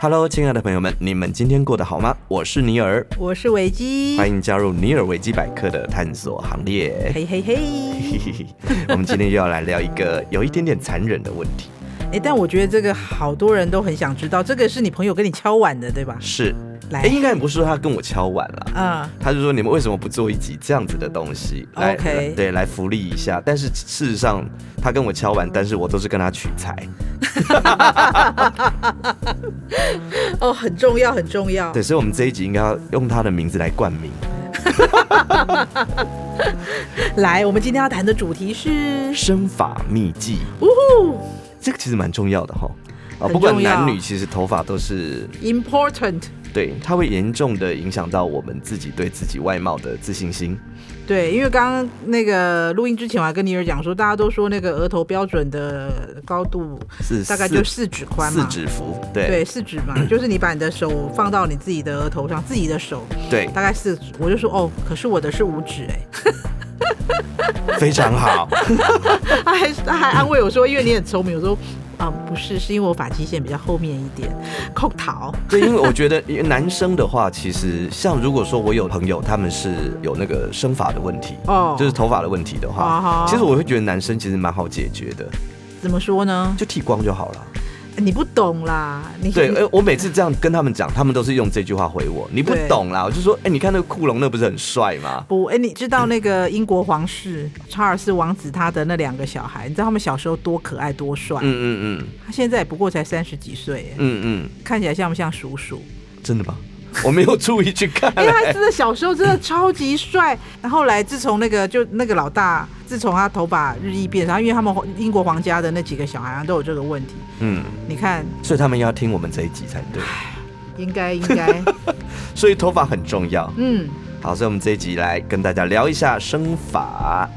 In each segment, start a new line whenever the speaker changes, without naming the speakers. Hello，亲爱的朋友们，你们今天过得好吗？我是尼尔，
我是维基，
欢迎加入尼尔维基百科的探索行 列。
嘿嘿嘿。
我们今天又要来聊一个有一点点残忍的问题，
哎，但我觉得这个好多人都很想知道，这个是你朋友跟你敲碗的，对吧？
是，
来
哎，应该不是说他跟我敲碗了。
啊、
他就说：“你们为什么不做一集这样子的东西来
OK
来对来福利一下？”但是事实上，他跟我敲完，但是我都是跟他取材。
哦，很重要，很重要。
对，所以我们这一集应该要用他的名字来冠名。
来，我们今天要谈的主题是，
身法秘技，
呜呼
这个其实蛮重要的哈。啊，
很
不管
重要
男女，其实头发都是
，important。
对，它会严重的影响到我们自己对自己外貌的自信心。
对，因为刚刚那个录音之前，我还跟尼尔讲说，大家都说那个额头标准的高度
是
大概
四
就四指宽
四
嘛，
指幅，对
对，四指 嘛，就是你把你的手放到你自己的额头上，自己的手
对
大概四指。我就说哦，可是我的是五指哎、
非常好。
他还他还安慰我说，因为你很聪明。我说啊、不是，是因为我发际线比较后面一点，扣桃。
对，因为我觉得男生的话，其实像如果说我有朋友他们是有那个生发的问题，
哦
就是头发的问题的
啊
话
哈，
其实我会觉得男生其实蛮好解决的，
怎么说呢？哎
就剃光就好了。
你不懂啦，你
对，哎，我每次这样跟他们讲，他们都是用这句话回我，你不
对
懂啦。我就说，哎，你看那个库龙，那不是很帅吗？
不哎、你知道那个英国皇室查尔斯王子他的那两个小孩，你知道他们小时候多可爱多帅？
嗯嗯
他现在也不过才三十几岁，哎、
嗯嗯
看起来像不像叔 叔？
嗯，真的吗？我没有注意去看。啊
因为他真的小时候真的超级帅，然后后来自从那个就那个老大，自从他头发日益变长，因为他们英国皇家的那几个小孩啊都有这个问题。
嗯，
你看，
所以他们要听我们这一集才对。
应该应该，
所以头发很重要。
嗯，
好，所以我们这一集来跟大家聊一下生法。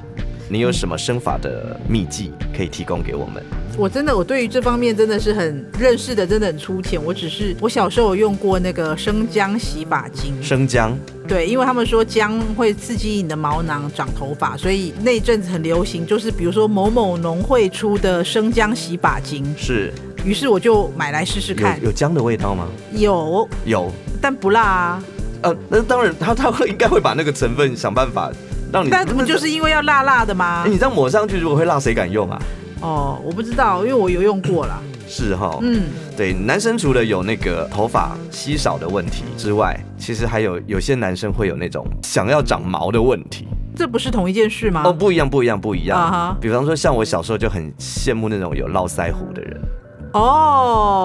你有什么生法的秘技可以提供给我们？
我真的我对于这方面真的是很认识的，真的很粗浅。我只是我小时候有用过那个生姜洗发精，
生姜，
对，因为他们说姜会刺激你的毛囊长头发，所以那一阵子很流行，就是比如说某某农会出的生姜洗发精，
是
于是我就买来试试看
有，有姜的味道吗？
有，
有，
但不辣啊。
呃，那当然，他他会应该会把那个成分想办法让你，
但不就是啊因为要辣辣的吗
哎？你这样抹上去，如果会辣，谁敢用啊？
哦，我不知道，因为我有用过啦。
是哈，
嗯，
对，男生除了有那个头发稀少的问题之外，其实还有有些男生会有那种想要长毛的问题。
这不是同一件事吗？
哦，不一样，不一样，不一样。
啊哈
比方说，像我小时候就很羡慕那种有络腮胡的人。
哦，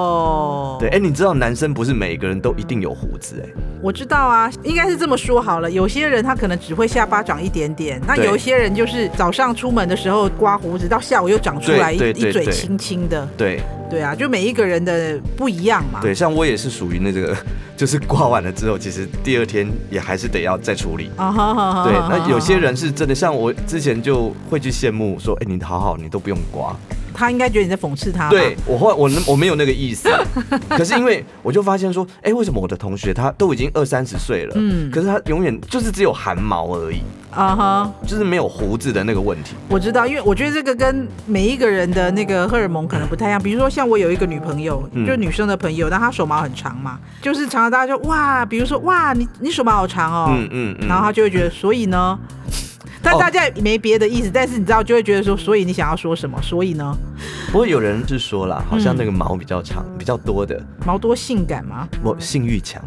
对，哎、你知道男生不是每个人都一定有胡子、哎，
我知道啊，应该是这么说好了。有些人他可能只会下巴长一点点，那
对
有一些人就是早上出门的时候刮胡子，到下午又长出来一
对
一
对对
嘴
对
青青的。
对
对啊，就每一个人的不一样嘛。
对，像我也是属于那个， 就是刮完了之后，其实第二天也还是得要再处理。
啊哈哈哈。
对，那有些人是真的，像我之前就会去羡慕说，哎、你好好，你都不用
啊
刮。
他应该觉得你在讽刺他吧？
对我后来我我没有那个意 思，可是因为我就发现说，哎、为什么我的同学他都已经二三十岁了，嗯，
嗯
可是他永远就是只有汗毛而已，
啊哈。
就是没有胡子的那个问题。
我知道，因为我觉得这个跟每一个人的那个荷尔蒙可能不太一样。比如说，像我有一个女朋友，
嗯
就女生的朋友，但她手毛很长嘛，就是常常大家就哇，比如说哇，你你手毛好长哦，
嗯嗯嗯
然后她就会觉得，所 以呢，但
哦
大家也没别的意思，但是你知道就会觉得说，所以你想要说什么？所以呢，
不过有人是说啦，好像那个毛比较长、比较多的，
毛多性感吗？
我性欲强。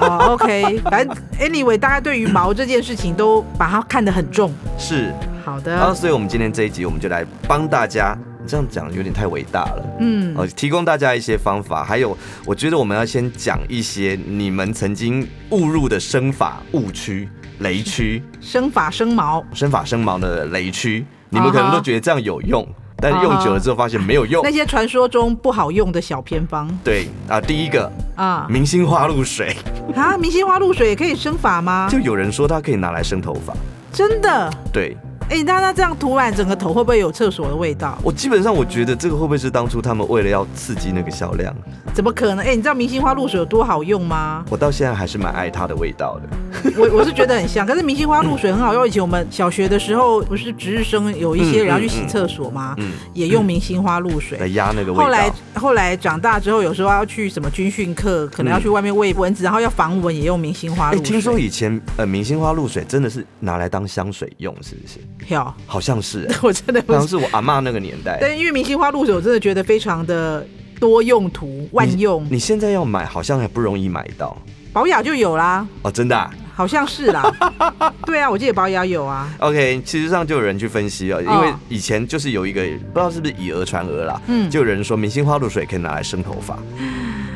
啊、o k 反正 anyway，大家对于毛这件事情都把它看得很重。
是，
好
然后
的，
所以我们今天这一集，我们就来帮大家。这样讲有点太伟大了，
嗯，
呃，提供大家一些方法，还有我觉得我们要先讲一些你们曾经误入的生法误区、雷区，
生发生毛，
生法生毛的雷区，你们可能
啊哈
都觉得这样有用，但用久了之后发现没有用
那。些传说中不好用的小偏方
对啊，第一个
啊。
明星花露水，
啊，明星花露水也可以生发吗？
嗯就有人说它可以拿来生头发，
真的？
对
哎、那那这样涂满整个头会不会有厕所的味道？
我基本上我觉得这个会不会是当初他们为了要刺激那个销量？
怎么可能？哎、你知道明星花露水有多好用吗？
我到现在还是蛮爱它的味道的。
我我是觉得很像。可是明星花露水很好用，以前我们小学的时候不是值日生有一些人要去洗厕所吗？
嗯，
也用明星花露水
来。压那个味道。
后来后来长大之后，有时候要去什么军训课，可能要去外面喂蚊子，然后要防蚊，也用明星
嗯
花
哎、
露水。
听说以前呃，明星花露水真的是拿来当香水用，是不是？
票，
好像是、哎
我真 的不
好
知
像 是我阿嬷那个年代。
但因为明星花露水，我真的觉得非常的多用途、万用。
你现在要买，好像还不容易买到
保养就有啦，
哦，真的、啊。
好像是啦。 对啊，我记得保养有啊。
OK，其实上就有人去分
哦
析啊，因为以前就是有一个不知道是不是以讹传讹啦，
嗯
就有人说明星花露水可以拿来生头发，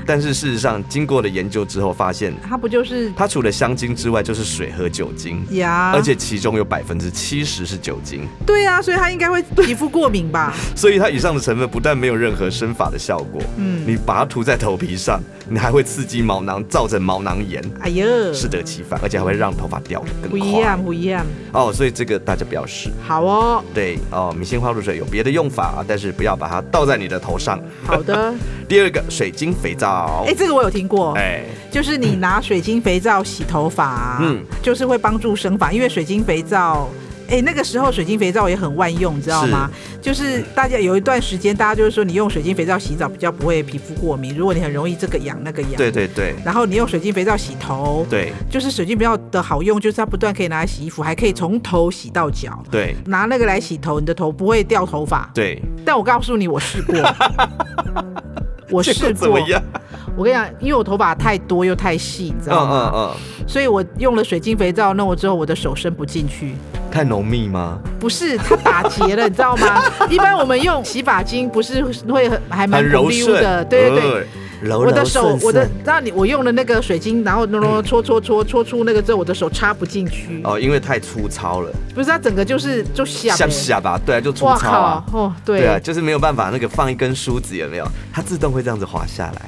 但是事实上经过了研究之后，发现
它不就是
它除了香精之外，就是水和酒精。
呀？
而且其中有百分之七十是酒精，
对啊，所以它应该会皮肤过敏吧？
所以它以上的成分不但没有任何生发的效果，
嗯
你把它涂在头皮上，你还会刺激毛囊，造成毛囊炎，
哎呀，
适得其反，而且还会让头发掉得更
不
快。
一样，不一样。
哦，所以这个大家不要试。
好哦，
对哦，明星花露水有别的用法，但是不要把它倒在你的头上。
好 的。
第二个，水晶肥皂
哎、。这个我有听过，
哎，
就是你拿水晶肥皂洗头发，
嗯
嗯，就是会帮助生发，因为水晶肥皂。哎、那个时候水晶肥皂也很万用，你知道吗？就是大家有一段时间，大家就是说你用水晶肥皂洗澡比较不会皮肤过敏，如果你很容易这个痒那个痒，
对，对对
然后你用水晶肥皂洗头，，
对
就是水晶肥皂的好用就是它不断可以拿来洗衣服，还可以从头洗到脚，
对
拿那个来洗头，你的头不会掉头发。
对，
但我告诉你，我试过，我
这
试
个
过，
怎么样？
我跟你讲，因为我头发太多又太细，你
嗯
知道吗？
嗯
所以我用了水晶肥皂弄了之后，我的手伸不进去。
嗯，太浓密吗？
不是，它打结了，你知 道吗？一般我们用洗发精不是会很还蛮
很柔
不溜
顺嗯
的，对对对。
对，柔
我的
柔
手
顺，
我的
顺。，
那你我用了那个水晶，然后弄弄搓搓搓搓出那个之后，我的手插不进去，
哦，因为太粗糙了，
不是它整个就是就下
像下巴，对啊，就粗
哇
糙啊
靠，，哦
对啊，
对，
就是没有办法，那个放一根梳子有没有？它自动会这样子滑下来，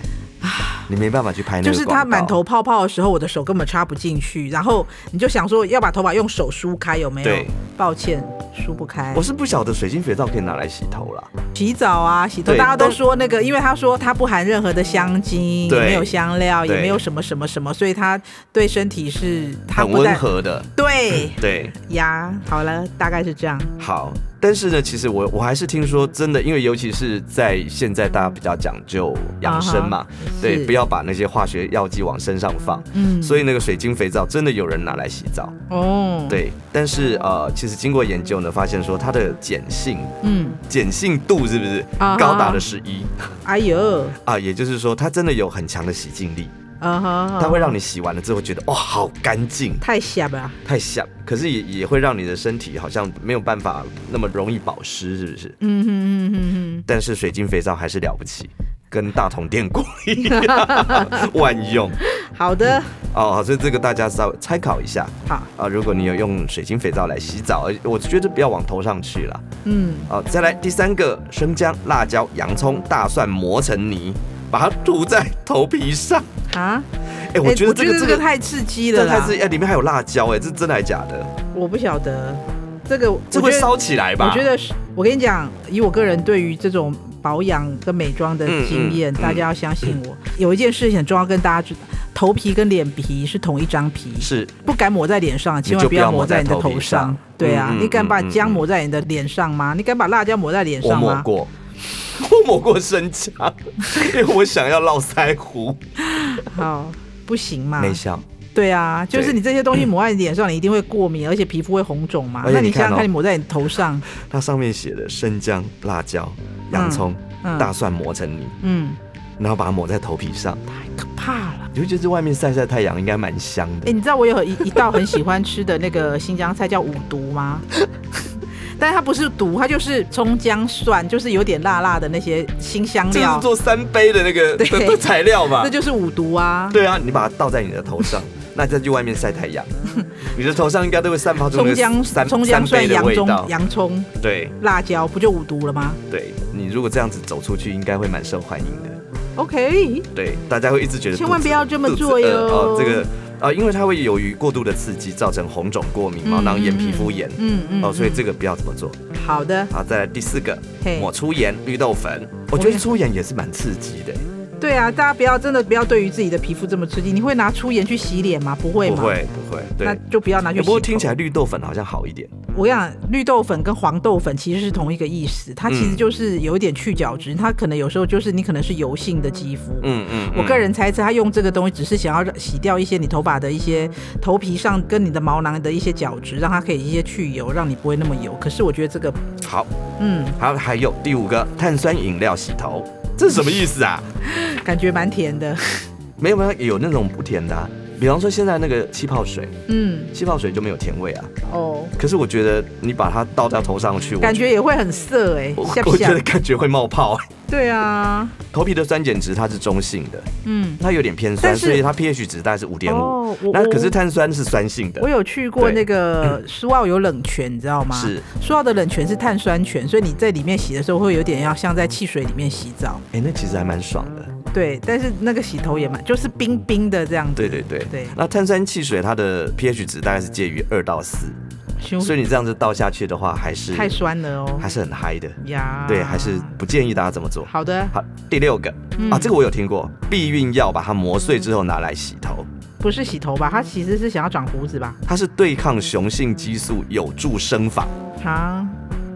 你没办法去拍那个
啊就
广告。
是它满头泡泡的时候，我的手根本插不进去，然后你就想说要把头发用手梳开，有没有
对？
抱歉，梳不开
我。是不晓得水晶肥皂可以拿来洗头啦。
洗澡啊，洗头，
对
大家都
但
说那个，因为他说它不含任何的香精，也
对
没有香料，也
对
没有什么什么什么，所以它对身体是它
很
不
温
但
和的，
对
对，
呀，好了，大概是这样。
好。但是呢，其实我我还是听说，真的，因为尤其是在现在大家比较讲究养生嘛
啊哈
对，
是
不要把那些化学药剂往身上放。
嗯，
所以那个水晶肥皂真的有人拿来洗澡，
哦，，
对。但是呃，其实经过研究呢，发现说它的碱性
嗯，
碱性度是不是
啊哈
高达了十一
哎呦，
啊？也就是说，它真的有很强的洗净力，
嗯哼，
它会让你洗完了之后觉得哇、好干净，
太下吧，
太像，可是也也会让你的身体好像没有办法那么容易保湿，是不是？
嗯哼嗯哼嗯
但是水晶肥皂还是了不起，跟大同电锅一 样万用
哼，好的，
哦，所以这个大家稍微参考一下
好，
啊。如果你有用水晶肥皂来洗澡，而我觉得不要往头上去了
嗯，
啊。再来第三个，生姜、辣椒、洋葱、大蒜磨成泥，把它涂在头皮 上。
啊，
哎、
哎
我觉得这个、
这个太刺激了
这
啦，
还是哎，里面还有辣椒哎、这真的还假的？
我不晓得这个，我
这会
觉得
烧起来吧？
我觉得是，我跟你讲，以我个人对于这种保养跟美妆的经验，
嗯嗯
大家要相信我。有一件事情很重要，跟大家知道，头皮跟脸皮是同一张皮，
是
不敢抹在脸上，千万
就
不
不要
要
抹
抹
在
在你的
头皮
头
上
上。对啊，
嗯嗯
你敢把
嗯嗯
姜抹在你的脸上吗？你敢把辣椒抹在脸
我
上
抹
吗？
过， 我抹过生姜， 因为我想要络腮胡，
好，不行嘛。
没效。
对啊，就是
对嗯
你这些东西抹在你脸上，你一定会过敏，而且皮肤会红肿嘛。
而且
那
你
你
看
想
哦
想看，你抹在你头上，
它上面写的生姜、辣椒、洋葱、
嗯嗯
大蒜磨成泥，
嗯，
然后把它抹在头皮上，
太可怕了。
你会觉得外面晒晒太阳应该蛮香
哎、
的。
你知道我有一一道很喜欢吃的那个新疆菜叫五毒吗？但是它不是毒，它就是葱姜蒜，就是有点辣辣的那些新香
这
料
是，做三杯的那个的
对
的材料嘛
这？就是五毒啊。
对啊，你把它倒在你的头 上，那再去外面晒太阳，你的头上应该都会散发出那
葱
个
姜、
三
葱
三
姜
杯
蒜、
的
洋
味
葱、
道。
洋葱、
对
辣椒，不就五毒了吗
对，你如果这样子走出去，应该会蛮受欢迎的。
？OK，
对，大家会一直觉得
千万
肚子
不要这么
肚子
做
饿
哟
哦，这个呃，因为它会由于过度的刺激造成红肿、过敏、毛囊炎、
嗯
皮肤炎。
嗯嗯，
哦，所以这个不要这么做。
好的，
好，再来第四个，
嘿
抹粗盐、绿豆粉。我觉得粗盐也是蛮刺激的，
对啊，大家不要真的不要对于自己的皮肤这么吃惊。你会拿粗盐去洗脸吗？不会
不
吗？
会不会，对
那。就不要拿去洗
欸
头。
不过听起来绿豆粉好像好一点，
我跟你讲，绿豆粉跟黄豆粉其实是同一个意思，
嗯
它其实就是有一点去角质，它可能有时候就是你可能是油性的肌肤。
嗯嗯，
我
嗯
个人猜测，他用这个东西只是想要洗掉一些你头发的一些头皮上跟你的毛囊的一些角质，让它可以一些去油，让你不会那么油。可是我觉得这个，
好，
嗯，
还有还有第五个碳酸饮料洗头，这是什么意思啊？
感觉蛮甜的，
没有没有，有那种不甜的、啊，比方说现在那个气泡水，
嗯，
气泡水就没有甜味啊。
哦，
可是我觉得你把它倒到头上去，我
感觉也会很涩哎、
我
像不
我觉
像
得？感觉会冒泡、
对啊，
头皮的酸碱值它是中性的，
嗯，
它有点偏酸，
但是
所以它 pH 值大概是五点五。
哦，我
那可是
我
碳酸是酸性的
我，有去过
对
那个苏澳有冷泉，你知道吗？
是。
苏澳的冷泉是碳酸泉，所以你在里面洗的时候会有点要像在汽水里面洗澡，
哎、那其实还蛮爽的。
对。但是那个洗头也蛮，就是冰冰的这样子。
对对对。
对
那碳酸汽水它的 pH 值大概是介于二到四，
修
所以你这样子倒下去的话，还是
太酸了哦
还，是很嗨的。
呀，
对，还是不建议大家这么做。
好的，
好，第六个、
嗯
啊，这个我有听过，避孕药把它磨碎之后拿来洗头，
不是洗头吧？他其实是想要长胡子吧？
它是对抗雄性激素，有助生发。
啊，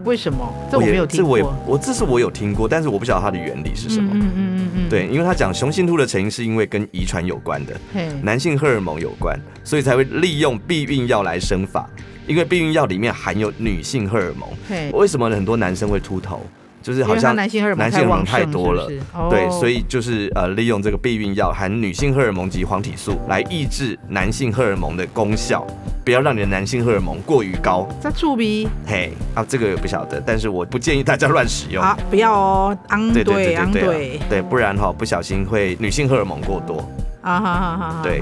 为什么？这我
也
没有听
这我
过
也。我这是我有听过，但是我不晓得它的原理是什么。
嗯嗯嗯，
对，因为他讲雄性秃的成因是因为跟遗传有关的，
嘿，
男性荷尔蒙有关，所以才会利用避孕药来生发。因为避孕药里面含有女性荷尔蒙，
嘿，
为什么很多男生会秃头？就是
因
好
为他
像
男性荷尔蒙
男性荷尔
旺
蒙
盛，
太多了
是不是哦
对，所以就是呃，利用这个避孕药含女性荷尔蒙及黄体素来抑制男性荷尔蒙的功效，不要让你的男性荷尔蒙过于高。
在触鼻
嘿，啊，这个我不晓得，但是我不建议大家乱使用。
啊，不要哦，昂
对对
昂
对对对
对
啊，对，不然哈、不小心会女性荷尔蒙过多。
啊哈哈哈哈，
对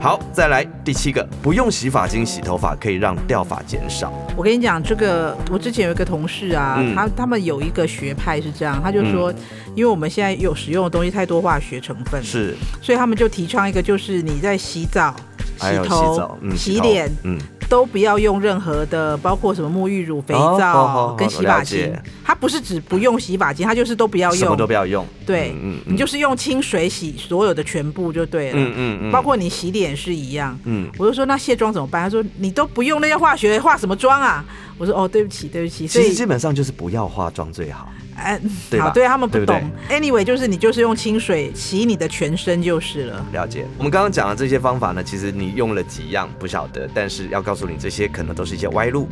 好，再来第七个，不用洗发精洗头发可以让掉发减少。
我跟你讲，这个我之前有一个同事啊，
嗯
他他们有一个学派是这样，他就说，因为我们现在有使用的东西太多化学成分，
是，
所以他们就提倡一个，就是你在洗澡、
还哎有洗
头、
澡，
洗
头
脸
嗯，
都不要用任何的，包括什么沐浴乳、肥
哦
皂、
好好好
跟洗发
了
精
解。
它不是只不用洗发精，它就是都不要
什么
用。
都不要用。
对，
嗯
你就是用清水洗所有的全部就对了，
嗯嗯嗯，
包括你洗脸是一样。
嗯，
我就说那卸妆怎么办？他说你都不用那些化学，化什么妆啊？我说哦，对不起，对不起。所
其
以
实基本上就是不要化妆最好。
哎，
对吧
好，对他们不
对不
懂。anyway，就是你就是用清水洗你的全身就是了。
了解。我们刚刚讲的这些方法呢，其实你用了几样不晓得，但是要告诉你，这些可能都是一些歪路，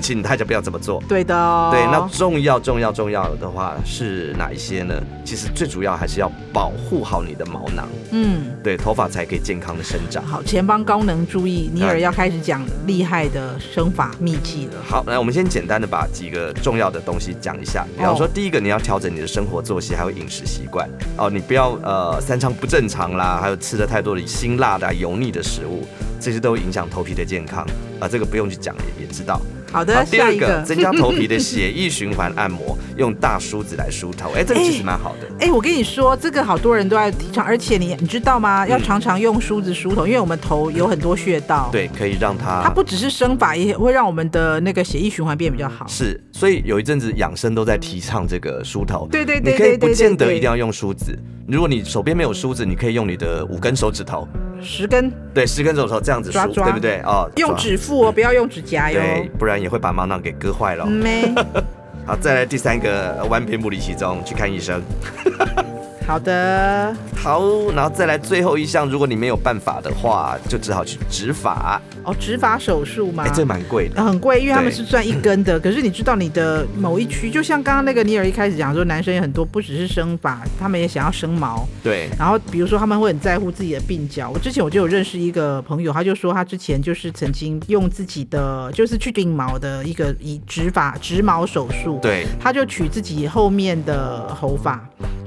请大家不要这么做。
对的哦。
对，那重要重要重要的话是哪一些呢？其实最主要还是要保护好你的毛囊，
嗯，
对，头发才可以健康的生长。
好，前方高能注意，尼尔要开始讲厉害的生法秘籍了。
好，来，我们先简单的把几个重要的东西讲一下。比方
哦
说，第一个你要调整你的生活作息，还有饮食习惯哦，你不要呃三餐不正常啦，还有吃了太多的辛辣的啊、油腻的食物，这些都会影响头皮的健康啊、这个不用去讲也也知道。
好
好
的，
第
下
二
一
个
个。
增加头皮 的血液循环按摩，用大梳子来梳头，哎、这个其实蛮好的。
哎、我跟你说，这个好多人都在提倡，而且你你知道吗？要常常用梳子梳头，因为我们头有很多穴道，，
对，可以让它
它不只是生法，也会让我们的那个血液循环变比较好。
是，所以有一阵子养生都在提倡这个梳头，
对对
你
对
可以
对对对对，
不见得一定要用梳子。如果你手边没有梳子，你可以用你的五根手指头，
十根，
对，十根手指头这样子梳，
抓抓
对不对？哦，
用
抓，
指腹哦，不要用指甲哟。嗯
对，不然也会把毛囊给割坏了。
没，
好，再来第三个，呃万变不离其宗，去看医生。
好的，
好，然后再来最后一项，如果你没有办法的话，就只好去植发，
哦，植发手术吗？
哎、这蛮贵的。
很贵，因为他们
对
是算一根的。可是你知道你的某一区，就像刚刚那个尼尔一开始讲说，男生也很多，不只是生发，他们也想要生毛。
对，
然后比如说他们会很在乎自己的鬓角。我之前我就有认识一个朋友，他就说他之前就是曾经用自己的就是去鬓毛的一个以植发植毛手术，，
对，
他就取自己后面的头发。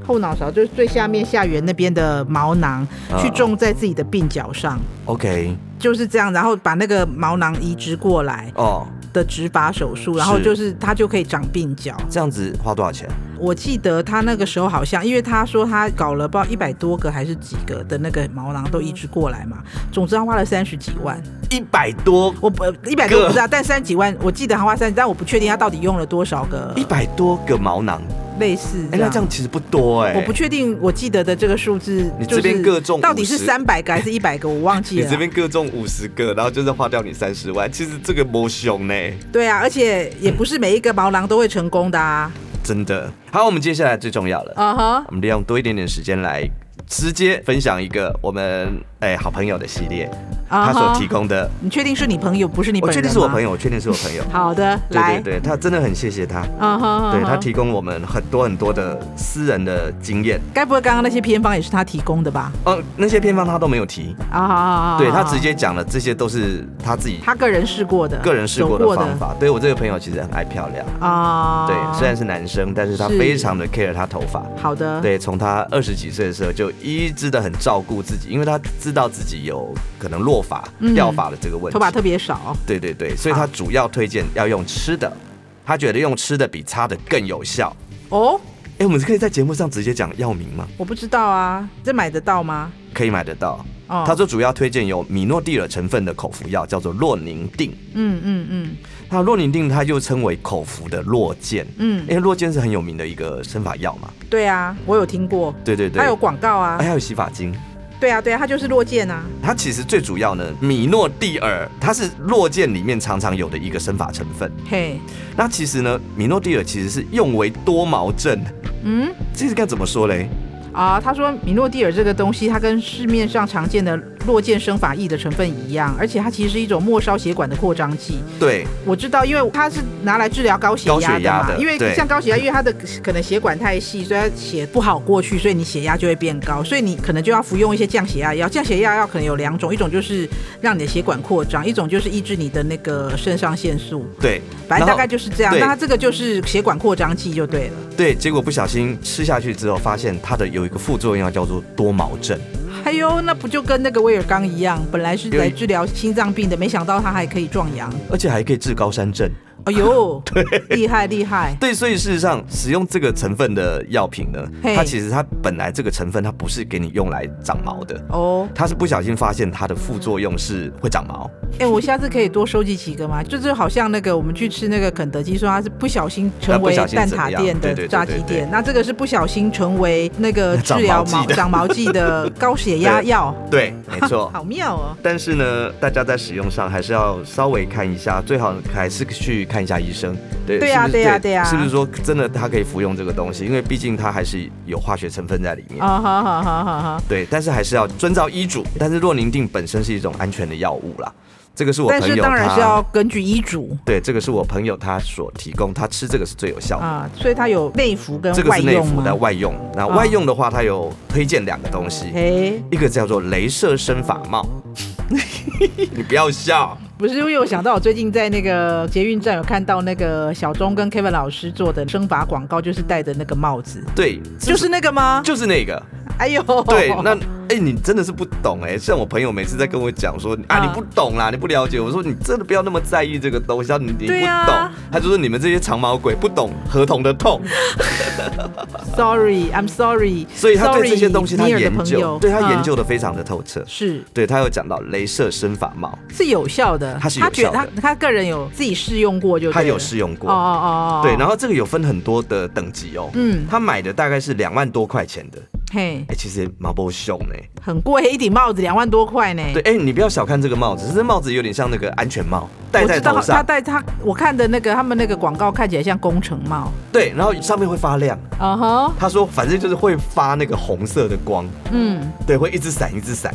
后脑勺就是最下面下缘那边的毛囊，
啊
去种在自己的鬓角上，
，OK，
就是这样，然后把那个毛囊移植过来，
哦，
的植发手术，然后
是
就是他就可以长鬓角。
这样子花多少钱？
我记得他那个时候好像，因为他说他搞了不知道一百多个还是几个的那个毛囊都移植过来嘛，总之他花了三十几万，
一百多，
我不一百多不知道，但三十几万我记得他花三十，但我不确定他到底用了多少个
一。百多个毛囊，
类似。
哎，那这样其实不多哎。
我不确定，我记得的这个数字，
你这边各中
到底是三百个还是 一百个，我忘记了。
你这边各中五十个，然后就是花掉你三十万，其实这个摸凶呢。
对啊，而且也不是每一个毛囊都会成功的啊。
真的。好，我们接下来最重要了，
啊哈、uh，huh.
我们利用多一点点时间来。直接分享一个我们哎、欸、好朋友的系列，uh huh. 他所提供的。
uh-huh 你确定是你朋友，不是啊你本
人？我确定是我朋友，我确定是我朋友。
好的，
对对对，他真的很谢谢他
，uh huh.
对他提供我们很多很多的私人的经验。
该不会刚刚那些偏方也是他提供的吧？
嗯、呃，那些偏方他都没有提
啊，uh huh.
对他直接讲了，这些都是他自己
他个人试过的，
个人试过的方法。对我这个朋友其实很爱漂亮
啊，
对，虽然是男生，但是他非常的 care 他头发。
好的，
对，从他二十几岁的时候就。一直的很照顾自己，因为他知道自己有可能落发、嗯、掉发的这个问题，
头发特啊别少。
对对对，所以他主要推荐要用吃的，他觉得用吃的比擦的更有效。
哦，
哎、欸，我们可以在节目上直接讲药名吗？
我不知道啊，这买得到吗？
可以买得到。
哦，
他说主要推荐有米诺地尔成分的口服药，叫做洛宁定。
嗯嗯嗯。
那洛宁定它又称为口服的洛健，
嗯，
因为洛健是很有名的一个生发药嘛。
对啊，我有听过。
对对对，哎
它有广告啊，
还有洗发精。
对啊对啊，它就是洛健啊。
它其实最主要呢，米诺地尔它是洛健里面常常有的一个生发成分。
嘿，
那其实呢，米诺地尔其实是用为多毛症。
嗯，
这是该怎么说嘞？
啊，他说米诺地尔这个东西，它跟市面上常见的洛健生法益的成分一样，而且它其实是一种末梢血管的扩张剂。
对，
我知道，因为它是拿来治疗高血压的嘛。
的
因为像高血压，因为它的可能血管太细，所以它血不好过去，所以你血压就会变高，所以你可能就要服用一些降血压药。降血压药可能有两种，一种就是让你的血管扩张，一种就是抑制你的那个肾上腺素。
对，
反正大概就是这样。那它这个就是血管扩张剂就对了。
对，结果不小心吃下去之后，发现它的有。有一个副作用叫做多毛症。
哎呦，那不就跟那个威尔刚一样，本来是来治疗心脏病的，没想到它还可以壮 阳，
而且还可以治高山症。
哎呦，
对，
厉害厉害。
对，所以事实上，使用这个成分的药品呢，它其实它本来这个成分它不是给你用来长毛的
哦，
它是不小心发现它的副作用是会长毛。
哎、欸，我下次可以多收集几个吗？就是好像那个我们去吃那个肯德基，说它是呃不小心成为蛋挞店的炸鸡店，那这个是不小心成为那 个治疗毛长毛剂的高血压药。
对，没错，
好妙哦。
但是呢，大家在使用上还是要稍微看一下，最好还是去。看一下医生，对
对呀、啊、对呀、啊、对呀、啊，
是不是说真的他可以服用这个东西？因为毕竟它还是有化学成分在里面。
啊哈哈哈哈哈！
对，但是还是要遵照医嘱。但是洛宁定本身是一种安全的药物啦，这个是我朋友。
但是当然是要根据医嘱。
对，这个是我朋友他所提供，他吃这个是最有效的
啊。所以它有内服跟
这个是内服
的
外用。
啊
那外用的话，它有推荐两个东西，
哎
一个叫做镭射生发帽。 你不要笑。
不是因为我想到，我最近在那个捷运站有看到那个小钟跟 Kevin 老师做的生发广告，就是戴的那个帽子。
对，
就是那个吗？
就是那个。
哎呦，
对，那哎、欸，你真的是不懂哎、欸。像我朋友每次在跟我讲说啊，
嗯
你不懂啦，你不了解。我说你真的不要那么在意这个东西，你你不懂。
啊、
他就说你们这些长毛鬼不懂合同的 痛。
Sorry，I'm sorry。
所以他对这些东西他研究，对
嗯
他研究的非常的透彻。
啊是，
对他有讲到镭射生发帽
是有效的。
他是
他觉得他他个人有自己试用过就，就
他有试用过
哦哦哦，
对，然后这个有分很多的等级哦，
嗯，
他买的大概是两万多块钱的，
嘿，
哎，其实毛波熊呢，
很贵，一顶帽子两万多块呢，
哎对，哎，你不要小看这个帽子，这帽子有点像那个安全帽，戴在头上，
他戴他，我看的那个他们那个广告看起来像工程帽，
对，然后上面会发亮，
啊哈、uh，huh、
他说反正就是会发那个红色的光，
嗯，
对，会一直闪一直闪，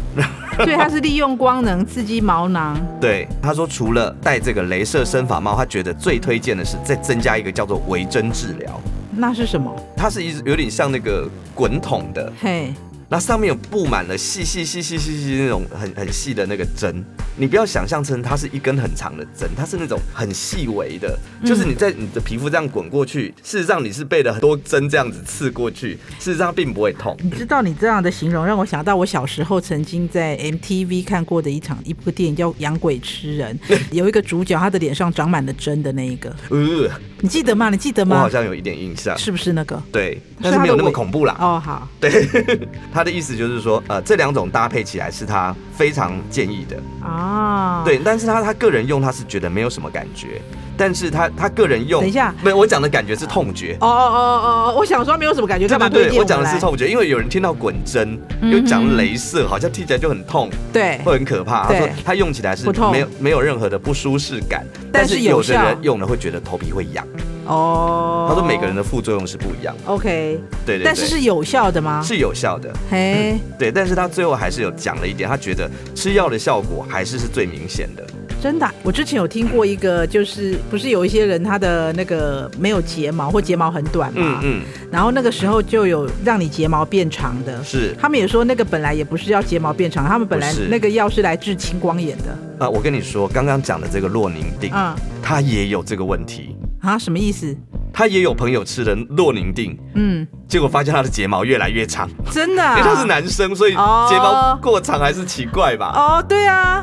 所以它是利用光能刺激毛囊，
对。他说，除了戴这个镭射生发帽，他觉得最推荐的是再增加一个叫做微针治疗。
那是什么？
它是一有点像那个滚筒的，
嘿，
那上面有布满了细细细细细细那种很 很细的那个针。你不要想象成它是一根很长的针，它是那种很细微的，就是你在你的皮肤这样滚过去，事实上你是被了很多针这样子刺过去，事实上并不会痛。
你知道你这样的形容让我想到我小时候曾经在 MTV 看过的一场一部电影叫《养鬼吃人》， 有一个主角他的脸上长满了针的那一个，
呃，
你记得吗？你记得吗？
我好像有一点印象，
是不是那个？
对，但是没有那么恐怖啦。
哦，好，
对， 他的意思就是说，呃，这两种搭配起来是他非常建议的
啊。
对，但是他他个人用，他是觉得没有什么感觉。但是他他个人用，
等一下
没有我讲的感觉是痛觉。
哦哦哦哦，我想说没有什么感觉，
对
干嘛
对
推
对，
荐
我讲的
来
是痛觉，因为有人听到滚针，
嗯哼
又讲镭射，好像听起来就很痛，
对，
会很可怕。他
对
说他用起来是
不痛
没有没有任何的不舒适感，
但
但
是
是
有
有的
效
人用了会觉得头皮会痒。
哦。
他说每个人的副作用是不一样的，
OK，
对对对，
但是是有效的吗？
是有效的。
嘿，
对，但是他最后还是有讲了一点，他觉得吃药的效果还是是最明显的。
真的啊、我之前有听过一个，就是不是有一些人他的那个没有睫毛或睫毛很短嘛
嗯，嗯，
然后那个时候就有让你睫毛变长的。
是
他们也说那个本来也不是要睫毛变长，他们本来
不是
那个药是来治青光眼的。
啊、我跟你说，刚刚讲的这个洛宁定，
嗯
他也有这个问题，
啊，什么意思？
他也有朋友吃了洛宁定，
嗯，
结果发现他的睫毛越来越长，
真
因
的、啊。
为他是男生，所以睫
哦
毛过长还是奇怪吧？
哦，对啊，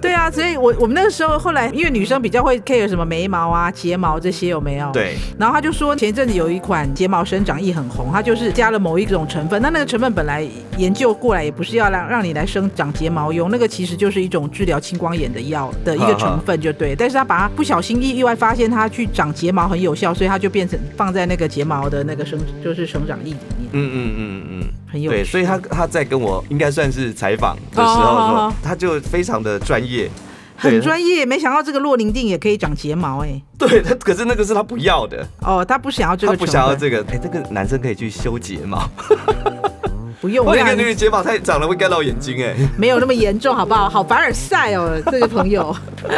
对啊，所以我我们那个时候后来，因为女生比较会 care 什么眉毛啊、睫毛这些有没有？。
对，
然后他就说，前一阵子有一款睫毛生长液很红，它就是加了某一种成分。那那个成分本来研究过来也不是要让让你来生长睫毛用，那个其实就是一种治疗青光眼的药的一个成分，就对。但是他把它不小心意意外发现它去长睫毛很有效，所以它就变成放在那个睫毛的那个生就是生长液里面，
嗯嗯嗯嗯
很
嗯，
有
对，
趣
所以他他在跟我应该算是采访的时候
哦哦
说
哦，
他就非常的专业，
很
对
专业。没想到这个洛宁定也可以长睫毛哎、
对，他可是那个是他不要的，
哦，他不想要这个
他不
成分，
想要这个，哎，这个男生可以去修睫毛。
不用，
我
我
有一个
想
女的睫毛太长了，会干到眼睛哎。
没有那么严重，好不好？好凡尔赛哦，这个 朋友。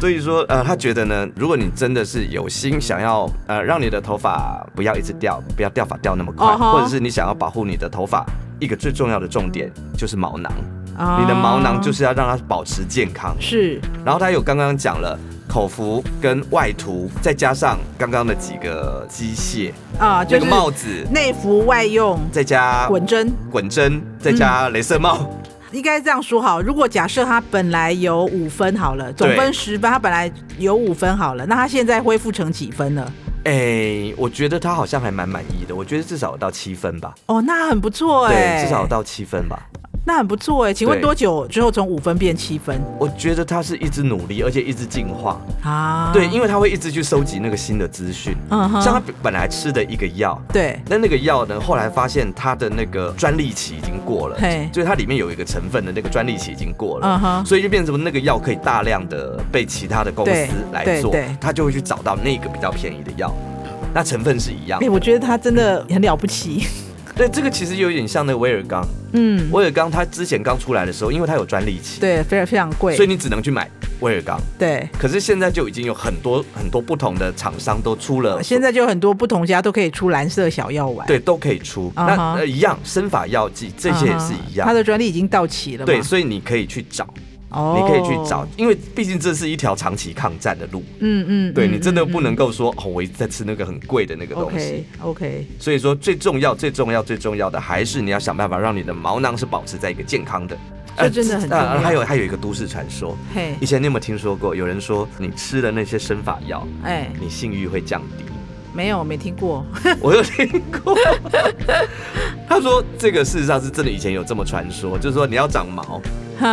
所以说，呃，她觉得呢，如果你真的是有心想要，呃，让你的头发不要一直掉，不要掉发掉那么快
哦吼
或者是你想要保护你的头发，一个最重要的重点就是毛囊。
你
你的毛囊就是要让它保持健康。
啊是
然后她有刚刚讲了口服跟外涂，再加上刚刚的几个机械，
啊，就
那
是
个帽子，
内服外用
再加
滚针，
滚针，再加镭射帽。
应该这样说好。如果假设他本来有五分好了，总
对
分十分，他本来有五分好了，那他现在恢复成几分了？
哎、我觉得她好像还蛮满意的，我觉得至少有到七分吧。
哦，那很不错哎、
对，至少有到七分吧。
那很不错哎、请问
对
多久之后从五分变七分
我觉得他是一直努力，而且一直进化。
啊？
对，因为他会一直去收集那个新的资讯。
嗯哼
像他本来吃的一个药，
对
那那个药呢，后来发现它的那个专利期已经过了
嘿，
就是它里面有一个成分的那个专利期已经过
嗯
了。
哼
所以就变成那个药可以大量的被其他的公司
对
来
对
做
对，
他就会去找到那个比较便宜的药，那成分是一样
哎、。我觉得他真的很了不起，
对，这个其实有点像那个威尔刚，
嗯，
威尔刚它之前刚出来的时候，因为它有专利期，
对，非常非常贵，
所以你只能去买威尔刚。
对。
可是现在就已经有很多很多不同的厂商都出了，
啊现在就很多不同家都可以出蓝色小药丸，
对都可以出。
嗯
那
哼
呃一样，生法药剂这
嗯哼，
些也是一样。
它的专利已经到期了嘛，
对，所以你可以去找，
哦
你可以去找，，因为毕竟这是一条长期抗战的路。
嗯嗯，
对你真的不能够说哦，我一直在吃那个很贵的那个东西
OK。OK，
所以说，最重要、最重要、最重要的还是你要想办法让你的毛囊是保持在一个健康的。
这真的很重要
呃还有还有一个都市传说，
嘿
以，前你有没有听说过？有人说你吃了那些生法药，
哎，
你性欲会降低。
没有没听过，
我有听过。 他说这个事实上是真的，以前有这么传说，就是说你要长毛，
哼，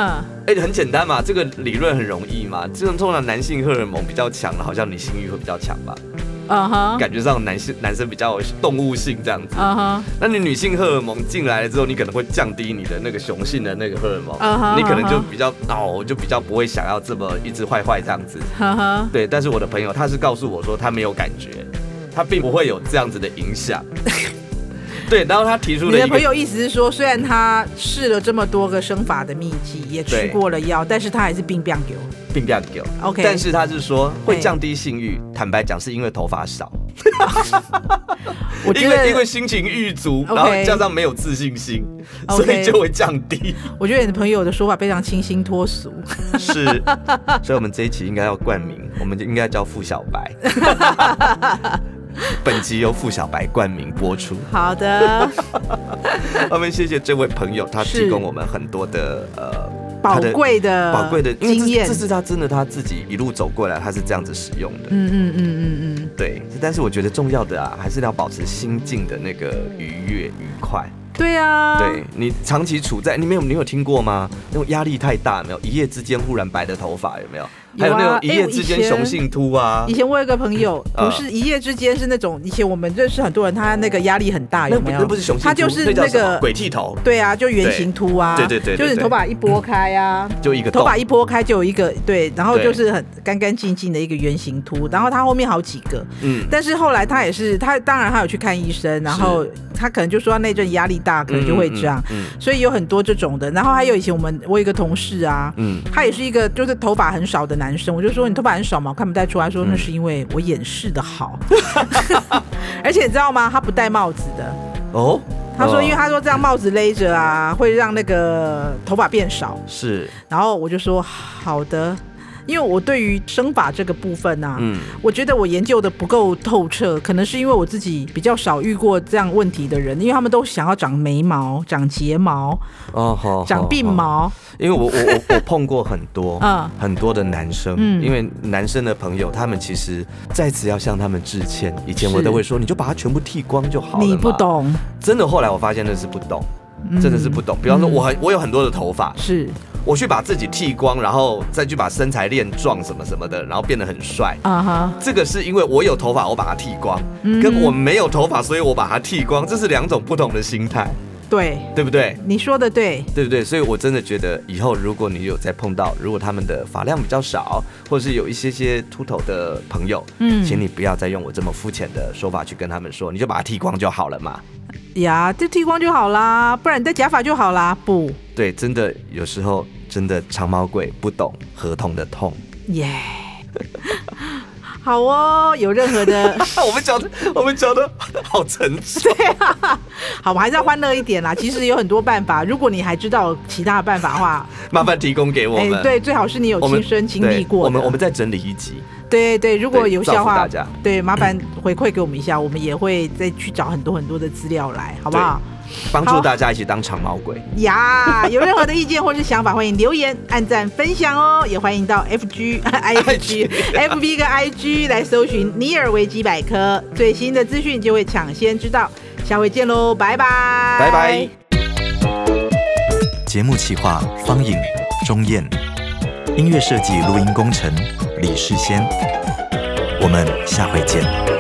哎、很简单嘛，这个理论很容易嘛。这种通常男性荷尔蒙比较强的，好像你性欲会比较强吧，
嗯哼，
感觉上男性男生比较有动物性这样子。
嗯哼，
那你女性荷尔蒙进来了之后，你可能会降低你的那个雄性的那个荷尔蒙
嗯哼
你可能就
嗯哼
比较哦，就比较不会想要这么一直坏坏这样子。
嗯哼，
对，但是我的朋友他是告诉我说他没有感觉，他并不会有这样子的影 响。对，然后他提出
你
了
的
一
朋
个，
友意思是说，虽然他试了这么多个生法的秘籍，也吃
对
过了药，但是他还是病变给我。
并不要给我
OK
但是他是说
哎
会降低性欲，坦白讲是因为头发少，
我觉
因为因为
得，
心情郁足，
OK
然后加上没有自信心，所
OK
以就会降 低。
我觉得你的朋友的说法非常清新脱俗。
是， 所以我们这一期应该要冠名，我们就应该叫付小 白。本集由付小白冠名播出。
好 的，
我们谢谢这位朋友，他
是
提供我们很多的呃
宝
他的
贵的
宝贵的因为
呃经
这
验
这，是他真的他自己一路走过来，他是这样子使用的。
嗯嗯嗯嗯嗯，
对，但是我觉得重要的啊，还是要保持心境的那个愉悦愉快。
对啊，
对你长期处在，你没有你有听过吗？那种压力太大，有没有一夜之间忽然白的头发，有没有？还有那
啊
种一夜
哎
之
我
间雄性秃啊
以，前我有一个朋友，
啊
不是一夜之间，是那种以前我们认识很多人，他那个压力很大，
那
有
不
没
那
有
不？是雄性秃，
他就是
那叫
那
什么
个
鬼剃头，
对啊，就圆形秃啊，
对对对对嗯
就是你
对
头发一拨开啊，
就一个
头
洞
发一拨开就有一个对，然后
对
就是很干干净净的一个圆形秃，然后他后面好几个，
嗯，
但是后来他也是他当然他有去看医生，然后他可能就说他那阵压力大，可能就会这样，
嗯，
所以有很多这种的。然后还有以前我们我有一个同事啊，
嗯
他也是一个就是头发很少的男生，我就说你头发很少嘛，我看不太出来。他说
嗯
那是因为我掩饰 的好，而且你知道吗？他不戴帽子的。
嗯，哦，
他说，因为
他
他说这样帽子勒着啊，会让那个头发变少。
是，
然后我就说好的，因为我对于生发这个部分啊，
嗯
我觉得我研究的不够透彻，可能是因为我自己比较少遇过这样问题的人，因为他们都想要长眉毛、长睫毛、
哦好，
长鬓
好好
毛，
因为我我 我我碰过很多
嗯
很多的男生，
嗯
因为男生的朋友他们其实在此要向他们致歉。以前我
是
都会说，你就把它全部剃光就好了。
你不，懂，
真的。后来我发现那是不懂，真的是不
嗯
懂。比方说，我很我有很多的头发，
是
我去把自己剃光，然后再去把身材练壮什么什么的，然后变得很帅。
啊哈。
这个是因为我有头发，我把它剃光，
嗯
跟我没有头发，所以我把它剃光，这是两种不同的心态，
对，
对不对？
你说的对，
对不对？所以我真的觉得，以后如果你有再碰到，如果他们的发量比较少，或是有一些些秃头的朋友，
嗯
请你不要再用我这么肤浅的说法去跟他们说，你就把它剃光就好了嘛。
呀，就剃光就好啦，不然你戴假发就好啦。不，
对，真的有时候真的长毛鬼不懂合同的痛。
耶、 好哦，有任 何的，
啊，我们讲的，我们讲的好沉重。
好，我们还是要欢乐一点啦。其实有很多办法，如果你还知道其他的办法的话，
麻烦提供给我
哎
们。，
对，最好是你有
我们
亲身经历
对
过的
我们我们再整理一集。
对对，如果
对
有
造
笑
福
话，
大家
对，麻烦回馈给我们一下，我们也会再去找很多很多的资料来，好不好？
帮助
好
大家一起当长毛鬼。
呀， 有任何的意见或是想法，欢迎留言、按赞、分享哦，也欢迎到 FG、IG、FB 跟 IG 来搜寻尼尔维基百科，最新的资讯就会抢先知道。下回见喽，拜拜，
拜拜。。节目企划：方颖、钟燕，音乐设计、录音工程：李世先。我们下回见。